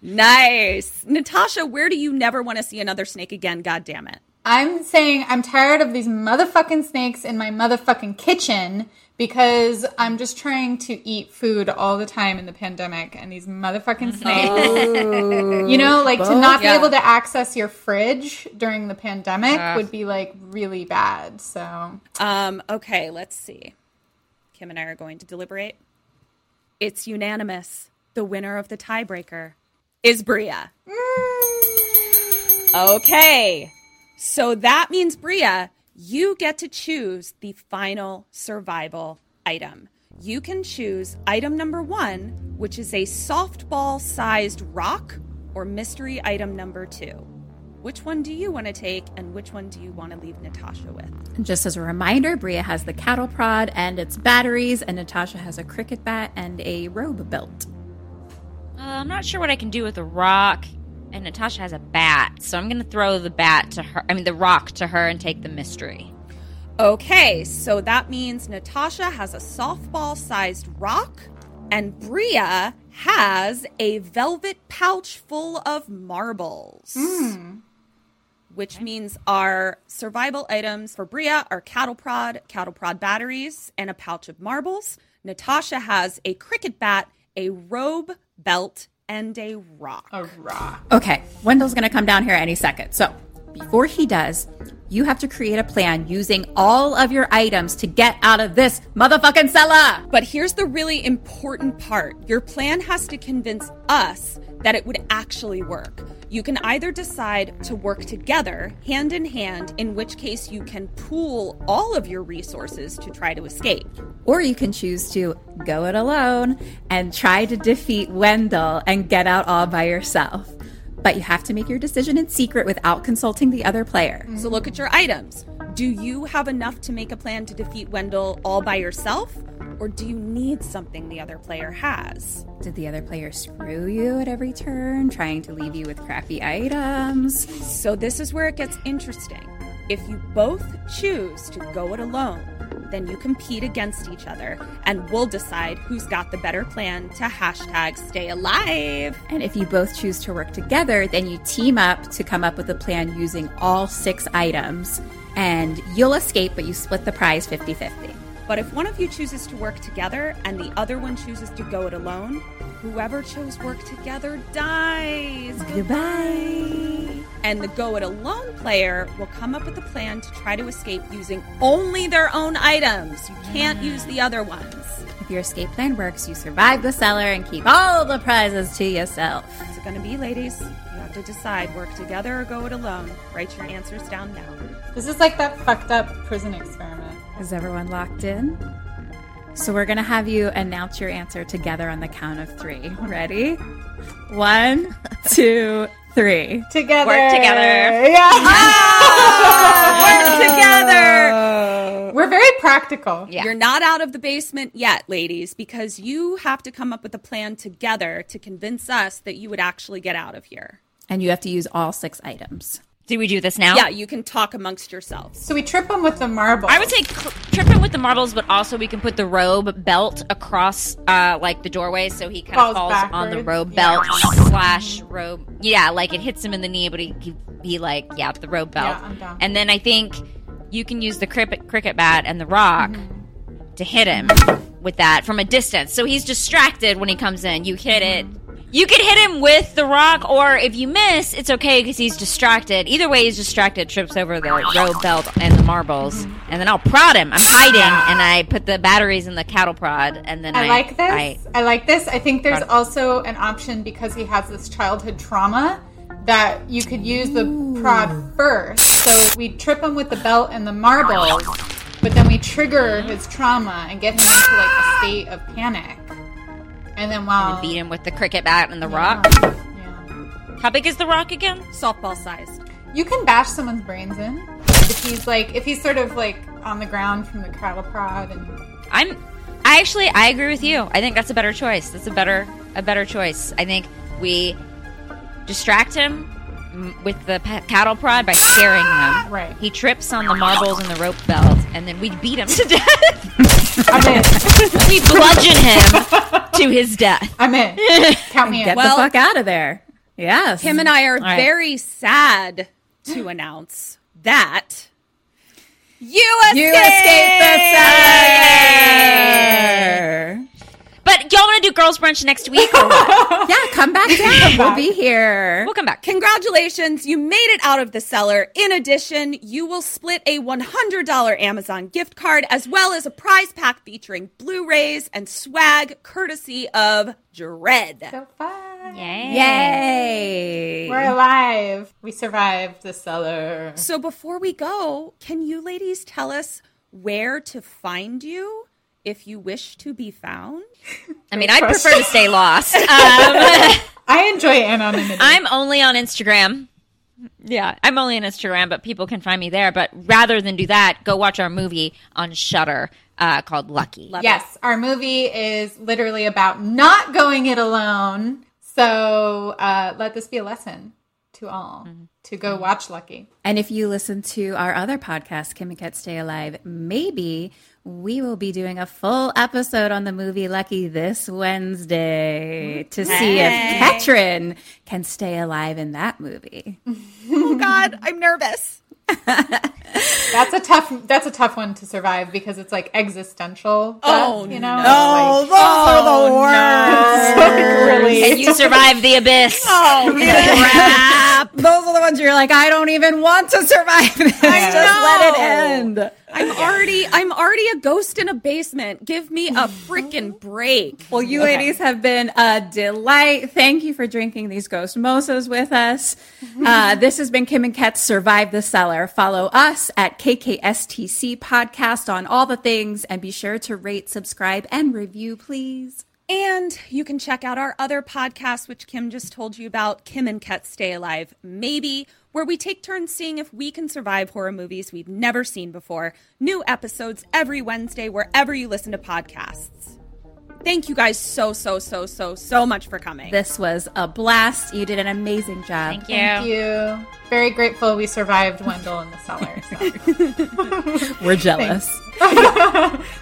Speaker 1: Nice. Natasha, where do you never want to see another snake again? God damn it.
Speaker 8: I'm saying I'm tired of these motherfucking snakes in my motherfucking kitchen because I'm just trying to eat food all the time in the pandemic and these
Speaker 7: Mm-hmm.
Speaker 8: motherfucking snakes. you know, like to not
Speaker 1: Yeah.
Speaker 8: be able to access your fridge during the pandemic would be like really bad. So,
Speaker 1: Um, okay, let's see. Kim and I are going to deliberate. It's unanimous. The winner of the tiebreaker is Bria. Okay. So that means, Bria, you get to choose the final survival item. You can choose item number one, which is a softball sized rock, or mystery item number two. Which one do you want to take, and which one do you want to leave Natasha with?
Speaker 2: And just as a reminder, Bria has the cattle prod and its batteries, and Natasha has a cricket bat and a robe belt.
Speaker 7: Uh, I'm not sure what I can do with a rock, and Natasha has a bat, so I'm going to throw the bat to her. I mean, the rock to her and take the mystery.
Speaker 1: Okay, so that means Natasha has a softball sized rock, and Bria has a velvet pouch full of marbles. Which means our survival items for Bria are cattle prod, cattle prod batteries, and a pouch of marbles. Natasha has a cricket bat, a robe, belt, and a rock.
Speaker 8: a rock.
Speaker 2: Okay, Wendell's going to come down here any second. So, before he does, you have to create a plan using all of your items to get out of this motherfucking cellar.
Speaker 1: But here's the really important part your plan has to convince us that it would actually work. You can either decide to work together, hand in hand, in which case you can pool all of your resources to try to escape.
Speaker 2: Or you can choose to go it alone and try to defeat Wendell and get out all by yourself. But you have to make your decision in secret without consulting the other player.
Speaker 1: So look at your items. Do you have enough to make a plan to defeat Wendell all by yourself? Or do you need something the other player has?
Speaker 2: Did the other player screw you at every turn, trying to leave you with crappy items?
Speaker 1: So, this is where it gets interesting. If you both choose to go it alone, then you compete against each other, and we'll decide who's got the better plan to hashtag stay alive.
Speaker 2: And if you both choose to work together, then you team up to come up with a plan using all six items. And you'll escape, but you split the prize 50 50.
Speaker 1: But if one of you chooses to work together and the other one chooses to go it alone, whoever chose work together dies.
Speaker 2: Goodbye.
Speaker 1: And the go it alone player will come up with a plan to try to escape using only their own items. You can't use the other ones.
Speaker 2: If your escape plan works, you survive the cellar and keep all the prizes to yourself.
Speaker 1: What's it gonna be, ladies? You have to decide work together or go it alone. Write your answers down now.
Speaker 8: This is like that fucked up prison experiment.
Speaker 2: Is everyone locked in? So we're going to have you announce your answer together on the count of three. Ready? One, two, three.
Speaker 8: Together.
Speaker 7: Work together. <laughs>
Speaker 8: Yeah.
Speaker 1: <laughs> Work together!
Speaker 8: We're very practical.
Speaker 7: Yeah.
Speaker 1: You're not out of the basement yet, ladies, because you have to come up with a plan together to convince us that you would actually get out of here.
Speaker 2: And you have to use all six items.
Speaker 7: Do we do this now?
Speaker 1: Yeah, you can talk amongst yourselves.
Speaker 8: So we trip them with the marble.
Speaker 7: I would say cl- trip him with the marbles, but also we can put the robe belt across uh, like the doorway, so he kind of
Speaker 8: Falls
Speaker 7: falls on the
Speaker 8: backwards.
Speaker 7: robe
Speaker 8: Yeah.
Speaker 7: belt slash robe. Yeah, like it hits him in the knee, but he he'd be like, yeah, the robe belt.
Speaker 8: Yeah, I'm down.
Speaker 7: and then I think you can use the cricket cricket bat and the rock
Speaker 8: Mm-hmm.
Speaker 7: to hit him with that from a distance, so he's distracted when he comes in. You hit it. You could hit him with the rock, or if you miss, it's okay because he's distracted. Either way, he's distracted, trips over the robe belt and the marbles, and then I'll prod him. I'm hiding, and I put the batteries in the cattle prod, and then I,
Speaker 8: I like this.
Speaker 7: I,
Speaker 8: I, like this. I think there's
Speaker 7: Product.
Speaker 8: also an option because he has this childhood trauma that you could use the prod first. So we trip him with the belt and the marbles, but then we trigger his trauma and get him into like a state of panic. And then while
Speaker 7: beat him with the cricket bat and the rock.
Speaker 8: Yeah.
Speaker 7: How big is the rock again?
Speaker 1: Softball sized.
Speaker 8: You can bash someone's brains in if he's like if he's sort of like on the ground from the cattle prod and
Speaker 7: I'm. I actually I agree with you. I think that's a better choice. That's a better a better choice. I think we distract him mm, with the pe- cattle prod by scaring him.
Speaker 8: Right.
Speaker 7: He trips on the marbles and the rope belt, and then we beat him to death.
Speaker 8: I'm in.
Speaker 7: we bludgeon him to his death.
Speaker 8: I'm in. Count me in.
Speaker 2: Get
Speaker 1: Well-
Speaker 2: the fuck out of there. Yes.
Speaker 1: Him and I are
Speaker 7: right.
Speaker 1: very sad
Speaker 7: <gasps>
Speaker 1: to announce that you escaped.
Speaker 2: you escape
Speaker 7: But y'all want to do girls brunch next week or
Speaker 2: the
Speaker 7: what?
Speaker 2: cellar. yeah, come back down. <laughs> We'll be here.
Speaker 7: we'll come back.
Speaker 1: Congratulations, you made it out of the cellar. In addition, you will split a $100 Amazon gift card as well as a prize pack featuring Blu rays and swag courtesy of Dread.
Speaker 8: So fun.
Speaker 7: Yay!
Speaker 2: Yay.
Speaker 8: We're alive. We survived the cellar.
Speaker 1: So before we go, can you ladies tell us where to find you if you wish to be found?
Speaker 7: I mean, I'd prefer to stay lost. Um, <laughs>
Speaker 8: I enjoy anonymity.
Speaker 7: I'm only on Instagram. Yeah, I'm only on Instagram, but people can find me there. But rather than do that, go watch our movie on Shutter uh, called Lucky.
Speaker 8: yes, our movie is literally about not going it alone. So uh, let this be a lesson to all to go watch Lucky.
Speaker 2: And if you listen to our other podcast, Kim and Kat Stay Alive, maybe we will be doing a full episode on the movie Lucky this Wednesday to see if Ketrin can stay alive in that movie.
Speaker 1: Oh, God, I'm nervous.
Speaker 8: That's a tough. That's a tough one to survive because it's like existential. death,
Speaker 1: Oh,
Speaker 8: you know,
Speaker 4: Oh,
Speaker 8: oh,
Speaker 4: those are the worst. <laughs>
Speaker 8: Like, like, really.
Speaker 7: And you survived the <laughs> abyss.
Speaker 1: Oh, crap.
Speaker 2: Oh, Those are the ones you're like, I don't even want to survive this. Just let it end.
Speaker 1: I'm already I'm already a ghost in a basement. Give me a freaking break.
Speaker 2: Well, you ladies have been a delight. Thank you for drinking these ghost mosas with
Speaker 7: <laughs>
Speaker 2: us. Uh, this has been Kim and Kat's Survive the Cellar. Follow us at KKSTC Podcast on all the things and be sure to rate, subscribe, and review, please.
Speaker 1: And you can check out our other podcast, which Kim just told you about Kim and Kat Stay Alive, maybe, where we take turns seeing if we can survive horror movies we've never seen before. New episodes every Wednesday, wherever you listen to podcasts. Thank you guys so, so, so, so, so much for coming.
Speaker 2: This was a blast. You did an amazing job.
Speaker 7: Thank you.
Speaker 8: Thank you. <laughs> Very grateful we survived Wendell in the cellar. So.
Speaker 2: We're jealous.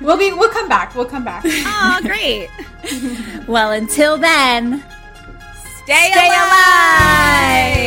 Speaker 8: we'll be we'll come back. We'll come back.
Speaker 1: Oh, great.
Speaker 2: Well, until then,
Speaker 1: Stay, alive.